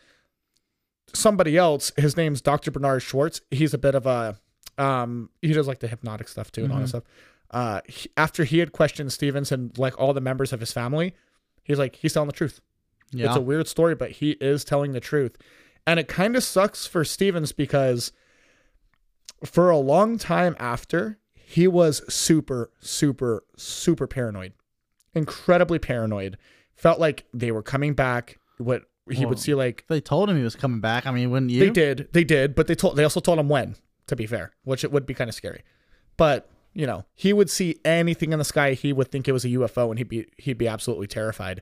Speaker 2: Somebody else, his name's Dr. Bernard Schwartz. He's a bit of a, um, he does like the hypnotic stuff too and all that stuff. Uh, he- after he had questioned Stevens and like all the members of his family, he's like, he's telling the truth.
Speaker 1: yeah.
Speaker 2: It's a weird story, but he is telling the truth. And it kind of sucks for Stevens because for a long time after, he was super, super, super paranoid. Incredibly paranoid. Felt like they were coming back. What he
Speaker 1: Well,
Speaker 2: would see like
Speaker 1: they told him he was coming back. I mean, wouldn't you?
Speaker 2: they did, they did, but they told they also told him when, to be fair, which it would be kind of scary. But you know, he would see anything in the sky. He would think it was a UFO, and he'd be he'd be absolutely terrified.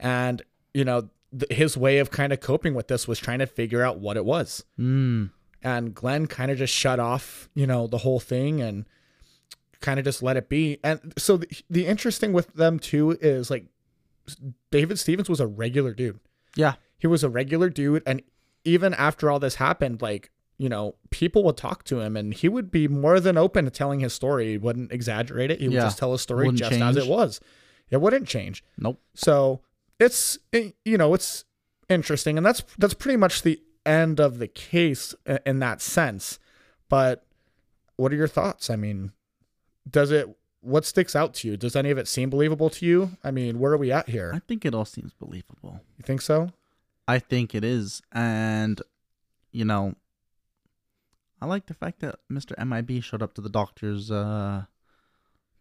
Speaker 2: And you know, th- his way of kind of coping with this was trying to figure out what it was.
Speaker 1: Mm,
Speaker 2: And Glenn kind of just shut off, you know, the whole thing and kind of just let it be. And so the, the interesting with them too is like David Stevens was a regular dude
Speaker 1: yeah,
Speaker 2: he was a regular dude and even after all this happened like you know people would talk to him and he would be more than open to telling his story he wouldn't exaggerate it he would
Speaker 1: Yeah.
Speaker 2: just tell his story
Speaker 1: Wouldn't
Speaker 2: just as it
Speaker 1: change.
Speaker 2: was it wouldn't change
Speaker 1: nope.
Speaker 2: so it's it- you know it's interesting and that's that's pretty much the end of the case i- in that sense but what are your thoughts i mean does it what sticks out to you does any of it seem believable to you i mean where are we at
Speaker 1: I
Speaker 2: here
Speaker 1: think it all seems believable.
Speaker 2: you think so
Speaker 1: I think it is, and you know, I like the fact that Mister MIB showed up to the doctor's uh,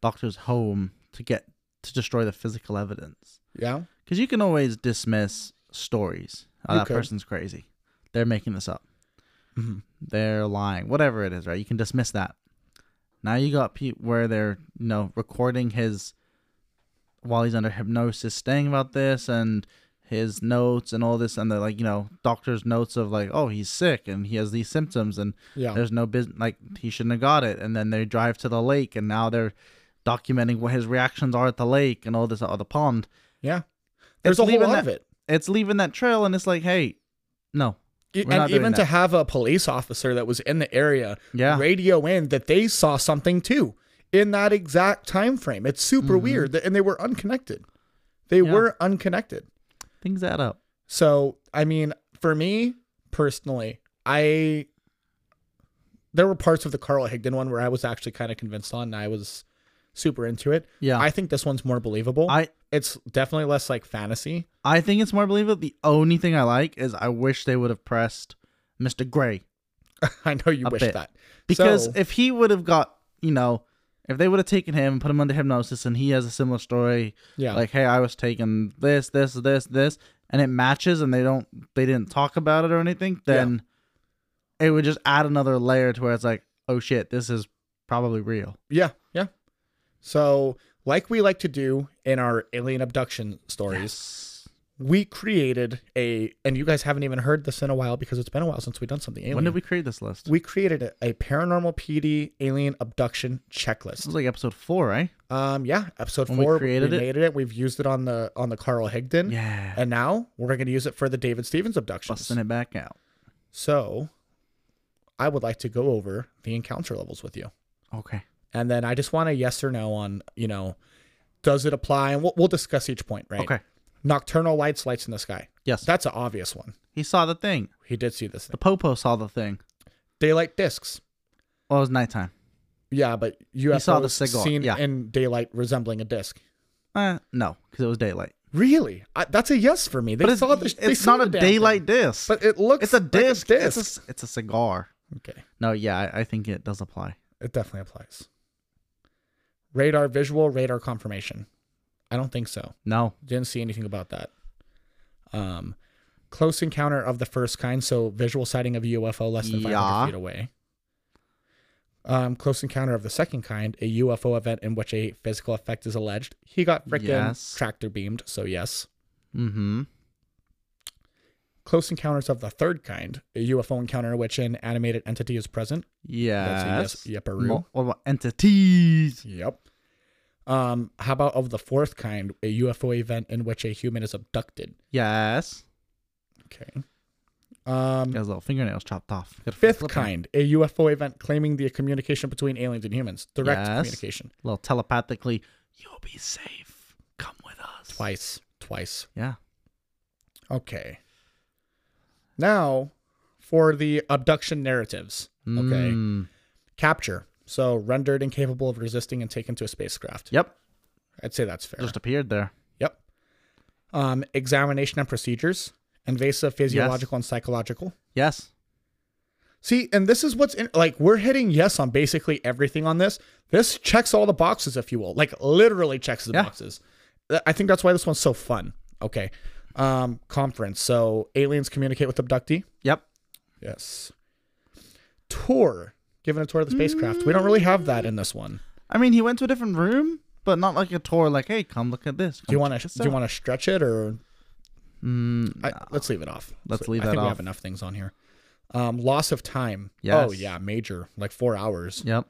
Speaker 1: doctor's home to get to destroy the physical evidence.
Speaker 2: yeah
Speaker 1: Because you can always dismiss stories. Oh,
Speaker 2: You
Speaker 1: that
Speaker 2: could.
Speaker 1: person's crazy. They're making this up.
Speaker 2: Mhm.
Speaker 1: They're lying. Whatever it is, right? You can dismiss that. Now you got Pete where they're, you know, recording his while he's under hypnosis, saying about this and his notes and all this, and the like, you know, doctor's notes of like, oh, he's sick and he has these symptoms and
Speaker 2: yeah
Speaker 1: there's no business like he shouldn't have got it and then they drive to the lake and now they're documenting what his reactions are at the lake and all this or the pond
Speaker 2: Yeah. There's a whole
Speaker 1: leaving
Speaker 2: lot
Speaker 1: that-
Speaker 2: of it.
Speaker 1: it's leaving that trail and it's like hey no
Speaker 2: E-
Speaker 1: We're not
Speaker 2: And
Speaker 1: doing
Speaker 2: even to
Speaker 1: that.
Speaker 2: have a police officer that was in the area
Speaker 1: Yeah.
Speaker 2: radio in that they saw something too in that exact time frame. It's super weird. that- And they were unconnected. They
Speaker 1: Mm-hmm. Yeah.
Speaker 2: were unconnected.
Speaker 1: things add up
Speaker 2: So, I mean, for me personally, I there were parts of the Carl Higdon one where I was actually kind of convinced on and I was super into it.
Speaker 1: Yeah.
Speaker 2: I think this one's more believable.
Speaker 1: i
Speaker 2: it's definitely less like fantasy.
Speaker 1: i think it's more believable the only thing i like is i wish they would have pressed mr gray
Speaker 2: I know you wish
Speaker 1: bit.
Speaker 2: that.
Speaker 1: because
Speaker 2: So-
Speaker 1: if he would have got you know if they would have taken him and put him under hypnosis and he has a similar story
Speaker 2: yeah.
Speaker 1: like hey i was taking this this this this and it matches and they don't they didn't talk about it or anything then it would just add another layer to where it's like oh shit this is probably real
Speaker 2: Yeah, yeah. So, like we like to do in our alien abduction stories, we created a, and you guys haven't even heard this in a while because it's been a while since we've done something alien.
Speaker 1: when did we create this list
Speaker 2: we created a, a paranormal PD alien abduction
Speaker 1: this
Speaker 2: checklist.
Speaker 1: was like episode four right
Speaker 2: Um, yeah, episode
Speaker 1: When we
Speaker 2: four.
Speaker 1: created it?
Speaker 2: made it. We've used it on the on the Carl Higdon.
Speaker 1: yeah
Speaker 2: Mm-hmm. And now we're going to use it for the David Stevens abductions.
Speaker 1: busting it back out
Speaker 2: So, I would like to go over the encounter levels with you.
Speaker 1: okay
Speaker 2: and then I just want a yes or no on you know, does it apply? And we'll, we'll discuss each point, right?
Speaker 1: okay
Speaker 2: Nocturnal lights, lights in the sky.
Speaker 1: yes
Speaker 2: That's an obvious one.
Speaker 1: he saw the thing
Speaker 2: He did see this
Speaker 1: the
Speaker 2: thing.
Speaker 1: popo saw the thing
Speaker 2: Daylight discs.
Speaker 1: well it was nighttime
Speaker 2: Yeah, but you have
Speaker 1: saw the cigar,
Speaker 2: seen
Speaker 1: yeah.
Speaker 2: in daylight resembling a disc.
Speaker 1: uh, no because it was daylight
Speaker 2: Really? I, that's a yes for me. They
Speaker 1: but it's,
Speaker 2: saw the, they
Speaker 1: it's
Speaker 2: saw
Speaker 1: not a
Speaker 2: the damn thing.
Speaker 1: daylight disc
Speaker 2: But it looks
Speaker 1: it's a
Speaker 2: like
Speaker 1: disc,
Speaker 2: disc.
Speaker 1: It's, a, it's a cigar
Speaker 2: okay,
Speaker 1: no yeah I, I think it does apply
Speaker 2: it definitely applies. radar visual, radar confirmation. I don't think so.
Speaker 1: No.
Speaker 2: Didn't see anything about that. Um, close encounter of the first kind, so visual sighting of a UFO less than 500
Speaker 1: Yeah.
Speaker 2: feet away. Um, close encounter of the second kind, a UFO event in which a physical effect is alleged. He got freaking
Speaker 1: Yes.
Speaker 2: tractor beamed, so yes.
Speaker 1: Mm-hmm.
Speaker 2: Close encounters of the third kind, a UFO encounter in which an animated entity is present. That's a
Speaker 1: Yes.
Speaker 2: yes. Yep.
Speaker 1: Mo- what about entities?
Speaker 2: Yep. Um, how about of the fourth kind, a UFO event in which a human is abducted?
Speaker 1: Yes.
Speaker 2: Okay. Um,
Speaker 1: Got his little fingernails chopped off. Got a
Speaker 2: Fifth
Speaker 1: flip him.
Speaker 2: kind, a UFO event claiming the communication between aliens and humans. Direct
Speaker 1: Yes.
Speaker 2: communication.
Speaker 1: little telepathically, you'll be safe. Come with us.
Speaker 2: Twice. Twice.
Speaker 1: Yeah.
Speaker 2: Okay. Now for the abduction narratives. Okay.
Speaker 1: Mm.
Speaker 2: Capture. So rendered incapable of resisting and taken to a spacecraft.
Speaker 1: Yep.
Speaker 2: I'd say that's fair.
Speaker 1: Just appeared there.
Speaker 2: yep. Um, examination and procedures. Invasive, physiological, and psychological.
Speaker 1: Yes.
Speaker 2: See, and this is what's in, like we're hitting yes on basically everything on this. This checks all the boxes, if you will, like literally checks the
Speaker 1: Yeah.
Speaker 2: boxes. Th- I think that's why this one's so fun. Okay, um, conference. So aliens communicate with abductee.
Speaker 1: Yep.
Speaker 2: Yes. Tour. Given a tour of the spacecraft. We don't really have that in this one.
Speaker 1: I mean, he went to a different room, but not like a tour. Like, hey, come look at this.
Speaker 2: Do you
Speaker 1: Come
Speaker 2: want
Speaker 1: check
Speaker 2: to?
Speaker 1: this
Speaker 2: Do you
Speaker 1: out."
Speaker 2: want to stretch it or?
Speaker 1: Mm,
Speaker 2: I, let's leave it off.
Speaker 1: Let's
Speaker 2: So
Speaker 1: leave
Speaker 2: I
Speaker 1: that
Speaker 2: think we
Speaker 1: off.
Speaker 2: have enough things on here. Um, loss of time. Oh
Speaker 1: Yes.
Speaker 2: yeah, major. Like four hours.
Speaker 1: yep.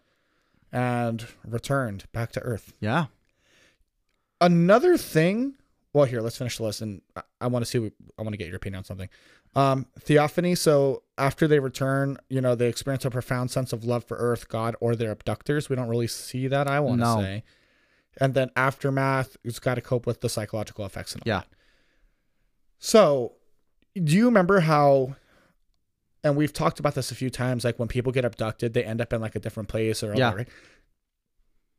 Speaker 2: And returned back to Earth.
Speaker 1: Yeah.
Speaker 2: another thing well here let's finish the list and I- i want to see what- i want to get your opinion on something um theophany so after they return you know they experience a profound sense of love for earth god or their abductors we don't really see that i want to
Speaker 1: No.
Speaker 2: say and then aftermath it's got to cope with the psychological effects and all
Speaker 1: Yeah.
Speaker 2: that. so do you remember how and we've talked about this a few times like when people get abducted they end up in like a different place or
Speaker 1: Yeah.
Speaker 2: yeah. right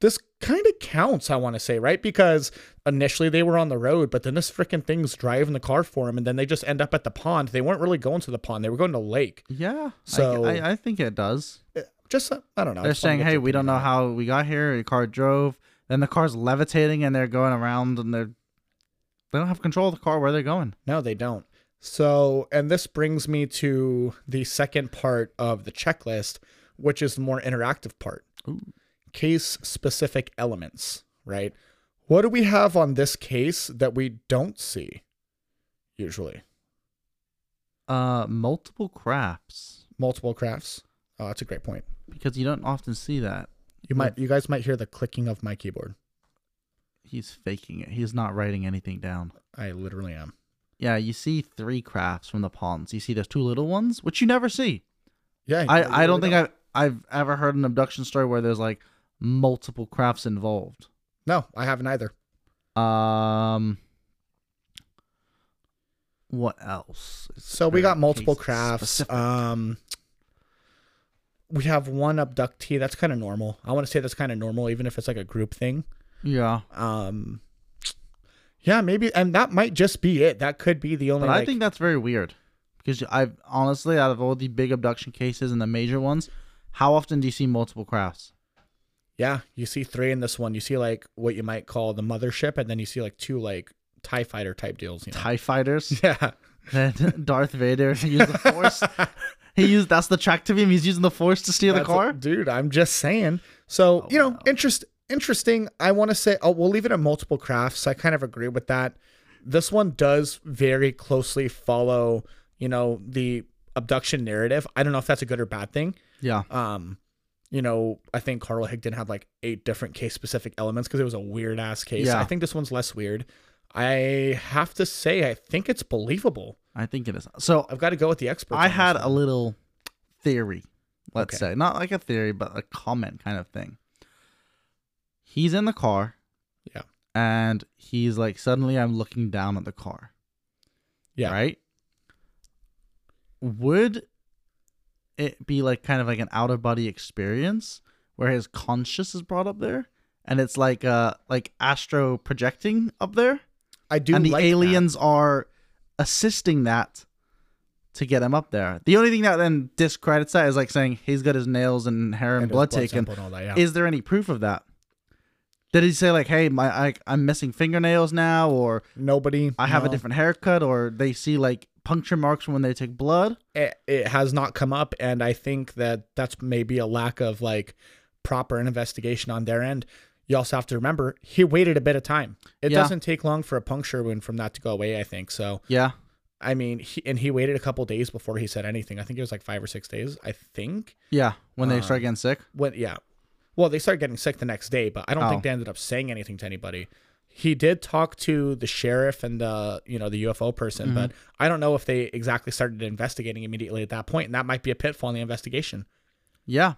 Speaker 2: this kind of counts i want to say right because initially they were on the road but then this freaking thing's driving the car for them and then they just end up at the pond they weren't really going to the pond they were going to the lake
Speaker 1: Yeah. I-
Speaker 2: So-
Speaker 1: I, I, think it does.
Speaker 2: Uh, just uh, i don't know I
Speaker 1: They're
Speaker 2: just wanna
Speaker 1: saying,
Speaker 2: get
Speaker 1: hey,
Speaker 2: your
Speaker 1: we don't
Speaker 2: opinion
Speaker 1: know
Speaker 2: on it.
Speaker 1: how we got here. The car drove. Then the car's levitating and they're going around and they're. They don't have control of the car where they're going.
Speaker 2: no they don't so and this brings me to the second part of the checklist which is the more interactive part
Speaker 1: Ooh.
Speaker 2: case specific elements right what do we have on this case that we don't see usually
Speaker 1: Uh, multiple crafts
Speaker 2: multiple crafts. Oh, that's a great point.
Speaker 1: because you don't often see that.
Speaker 2: You might, you guys might hear the clicking of my keyboard.
Speaker 1: He's faking it. He's not writing anything down.
Speaker 2: I literally am.
Speaker 1: Yeah, you see three crafts from the ponds. You see those two little ones, which you never see.
Speaker 2: Yeah,
Speaker 1: I, I don't think
Speaker 2: I.
Speaker 1: I've I've ever heard an abduction story where there's like multiple crafts involved.
Speaker 2: No, I haven't either.
Speaker 1: Um, what else? It's
Speaker 2: So we
Speaker 1: very
Speaker 2: got multiple
Speaker 1: case
Speaker 2: crafts.
Speaker 1: specific.
Speaker 2: Um, we have one abductee. That's kind of normal. I want to say that's kind of normal, even if it's like a group thing.
Speaker 1: yeah,
Speaker 2: Um, yeah, maybe, and that might just be it. That could be the only.
Speaker 1: but I
Speaker 2: like-
Speaker 1: think that's very weird because I've honestly out of all the big abduction cases and the major ones, how often do you see multiple crafts?
Speaker 2: Yeah, you see three in this one. You see like what you might call the mothership, and then you see like two like Tie Fighter type deals. You know?
Speaker 1: Tie fighters.
Speaker 2: yeah.
Speaker 1: Then Darth Vader used the force. he used that's the track to him. He's using the force to steer the
Speaker 2: That's-
Speaker 1: car. Oh,
Speaker 2: dude. I'm just saying. So you know,
Speaker 1: wow.
Speaker 2: interest interesting. I want to say, oh, we'll leave it at multiple crafts. I kind of agree with that. This one does very closely follow, you know, the abduction narrative. I don't know if that's a good or bad thing.
Speaker 1: Yeah.
Speaker 2: Um, you know, I think Carl Higdon had like eight different case specific elements because it was a weird ass case.
Speaker 1: Yeah.
Speaker 2: I think this one's less weird. I have to say, I think it's believable.
Speaker 1: I think it is. So
Speaker 2: I've got to go with the experts.
Speaker 1: I
Speaker 2: on this
Speaker 1: had
Speaker 2: one.
Speaker 1: a little theory, let's
Speaker 2: Okay.
Speaker 1: say. Not like a theory, but a comment kind of thing. He's in the car.
Speaker 2: Yeah.
Speaker 1: And he's like, suddenly I'm looking down at the car.
Speaker 2: Yeah.
Speaker 1: Right? Would it be like kind of like an out of body experience where his conscious is brought up there? And it's like uh like astro projecting up there?
Speaker 2: I do
Speaker 1: and the
Speaker 2: like that.
Speaker 1: aliens are assisting that to get him up there. The only thing that then discredits that is like saying he's got his nails and hair and,
Speaker 2: And his
Speaker 1: blood taken.
Speaker 2: sample and all that, yeah.
Speaker 1: Is there any proof of that? Did he say like, "Hey, my I, I'm missing fingernails now," or
Speaker 2: Nobody.
Speaker 1: "I have a
Speaker 2: no.
Speaker 1: different haircut," or they see like puncture marks when they take blood?
Speaker 2: It, it has not come up, and I think that that's maybe a lack of like proper investigation on their end. You also have to remember he waited a bit of time. It
Speaker 1: Yeah.
Speaker 2: doesn't take long for a puncture wound from that to go away. I think so.
Speaker 1: Yeah,
Speaker 2: I mean, he, and he waited a couple days before he said anything. I think it was like five or six days. I think
Speaker 1: yeah. When
Speaker 2: Uh,
Speaker 1: they start getting sick.
Speaker 2: when yeah, well, they started getting sick the next day, but I don't
Speaker 1: Oh.
Speaker 2: think they ended up saying anything to anybody. He did talk to the sheriff and the you know the UFO
Speaker 1: Mm-hmm.
Speaker 2: person, but I don't know if they exactly started investigating immediately at that point, and that might be a pitfall in the investigation.
Speaker 1: Yeah.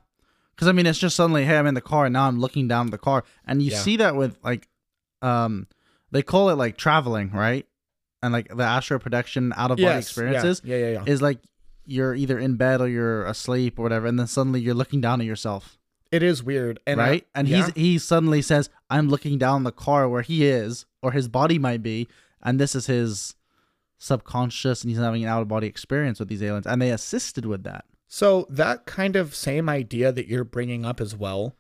Speaker 1: Cause I mean it's just suddenly, hey, I'm in the car and now I'm looking down the car. And you
Speaker 2: Yeah.
Speaker 1: see that with like um they call it like traveling, right? And like the astral projection out of body
Speaker 2: Yes, yeah,
Speaker 1: experiences
Speaker 2: yeah, yeah, yeah.
Speaker 1: is like you're either in bed or you're asleep or whatever, and then suddenly you're looking down at yourself.
Speaker 2: it is weird, and I-
Speaker 1: right? and
Speaker 2: yeah.
Speaker 1: he's he suddenly says, I'm looking down the car where he is, or his body might be, and this is his subconscious and he's having an out of body experience with these aliens. And they assisted with that.
Speaker 2: So that kind of same idea that you're bringing up as well,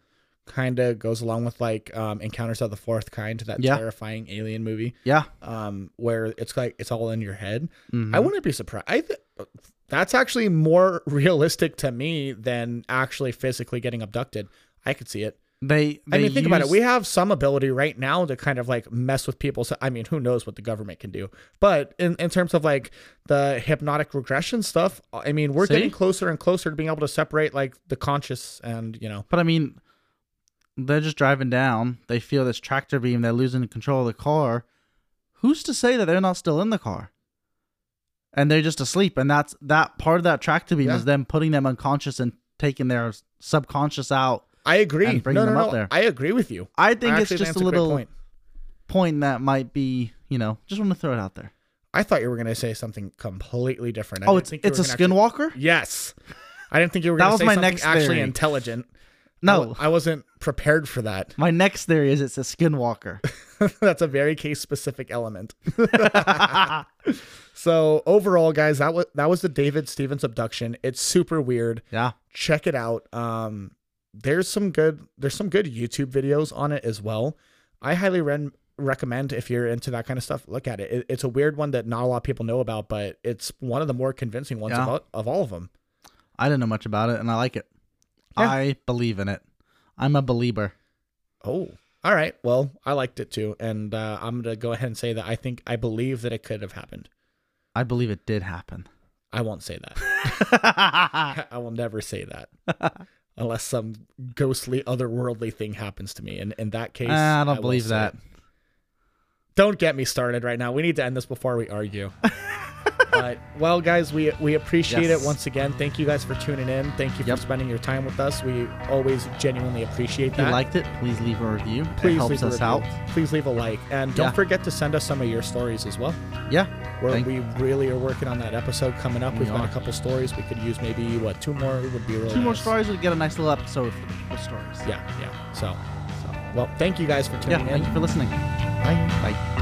Speaker 2: kind of goes along with like um, Encounters of the Fourth Kind, that
Speaker 1: Yeah.
Speaker 2: terrifying alien movie,
Speaker 1: Yeah.
Speaker 2: um, where it's like it's all in your head.
Speaker 1: Mhm.
Speaker 2: I wouldn't be surprised. I th- that's actually more realistic to me than actually physically getting abducted. I could see it.
Speaker 1: they,
Speaker 2: I
Speaker 1: they
Speaker 2: mean, think about it.
Speaker 1: used-
Speaker 2: We have some ability right now to kind of like mess with people. So, I mean, who knows what the government can do? But in, in terms of like the hypnotic regression stuff, I mean, we're
Speaker 1: See?
Speaker 2: getting closer and closer to being able to separate like the conscious and, you know,
Speaker 1: But I mean, they're just driving down. They feel this tractor beam. They're losing control of the car. Who's to say that they're not still in the car? And they're just asleep. And that's that part of that tractor beam
Speaker 2: Yeah.
Speaker 1: is them putting them unconscious and taking their subconscious out.
Speaker 2: I agree.
Speaker 1: And bring
Speaker 2: no,
Speaker 1: them
Speaker 2: no,
Speaker 1: up
Speaker 2: no.
Speaker 1: there.
Speaker 2: I agree with you.
Speaker 1: I think it's
Speaker 2: actually
Speaker 1: just a
Speaker 2: that's great
Speaker 1: little point.
Speaker 2: point.
Speaker 1: that might be, you know, just want to throw it out there.
Speaker 2: I thought you were going to say something completely different. I
Speaker 1: oh,
Speaker 2: didn't
Speaker 1: it's
Speaker 2: think you
Speaker 1: it's a
Speaker 2: were gonna actually-
Speaker 1: skinwalker?
Speaker 2: Yes. I didn't think you were
Speaker 1: That
Speaker 2: going to
Speaker 1: was
Speaker 2: say
Speaker 1: my
Speaker 2: something
Speaker 1: next
Speaker 2: actually
Speaker 1: theory.
Speaker 2: intelligent. I
Speaker 1: No.
Speaker 2: wa- I wasn't prepared for that.
Speaker 1: My next theory is it's a skinwalker.
Speaker 2: That's a very case specific element. so overall, guys, that was that was the David Stevens abduction. It's super weird.
Speaker 1: yeah.
Speaker 2: Check it out. Um, there's some good there's some good YouTube videos on it as well. I highly ren- recommend if you're into that kind of stuff, look at it. it. It's a weird one that not a lot of people know about, but it's one of the more convincing ones
Speaker 1: Yeah.
Speaker 2: about, of all of them.
Speaker 1: I didn't know much about it and I like it.
Speaker 2: Yeah.
Speaker 1: I believe in it. I'm a believer.
Speaker 2: Oh, all right. Well, I liked it too, and uh, I'm gonna go ahead and say that I think I believe that it could have happened.
Speaker 1: I believe it did happen.
Speaker 2: I won't say that. I will never say that. Unless some ghostly, otherworldly thing happens to me. And in that case,
Speaker 1: Ah, I
Speaker 2: I
Speaker 1: don't
Speaker 2: will
Speaker 1: believe
Speaker 2: say
Speaker 1: that.
Speaker 2: it. Don't get me started right now. We need to end this before we argue. but, well, guys, we, we appreciate
Speaker 1: Yes.
Speaker 2: it once again. Thank you guys for tuning in. Thank you
Speaker 1: Yep.
Speaker 2: for spending your time with us. We always genuinely appreciate
Speaker 1: If you
Speaker 2: that.
Speaker 1: liked it, please leave a review.
Speaker 2: Please
Speaker 1: it helps
Speaker 2: leave a
Speaker 1: us
Speaker 2: review.
Speaker 1: out.
Speaker 2: Please leave a like. And don't
Speaker 1: Yeah.
Speaker 2: forget to send us some of your stories as well.
Speaker 1: Yeah.
Speaker 2: We're,
Speaker 1: Thank-
Speaker 2: we really are working on that episode coming up.
Speaker 1: We
Speaker 2: We've got
Speaker 1: are.
Speaker 2: a couple stories. We could use maybe, what, two more would be really
Speaker 1: Two more
Speaker 2: nice.
Speaker 1: stories would get a nice little episode with stories.
Speaker 2: Yeah, yeah. So,
Speaker 1: So,
Speaker 2: well, thank you guys for
Speaker 1: yeah.
Speaker 2: tuning
Speaker 1: Thank you
Speaker 2: in.
Speaker 1: for listening.
Speaker 2: Bye.
Speaker 1: Bye.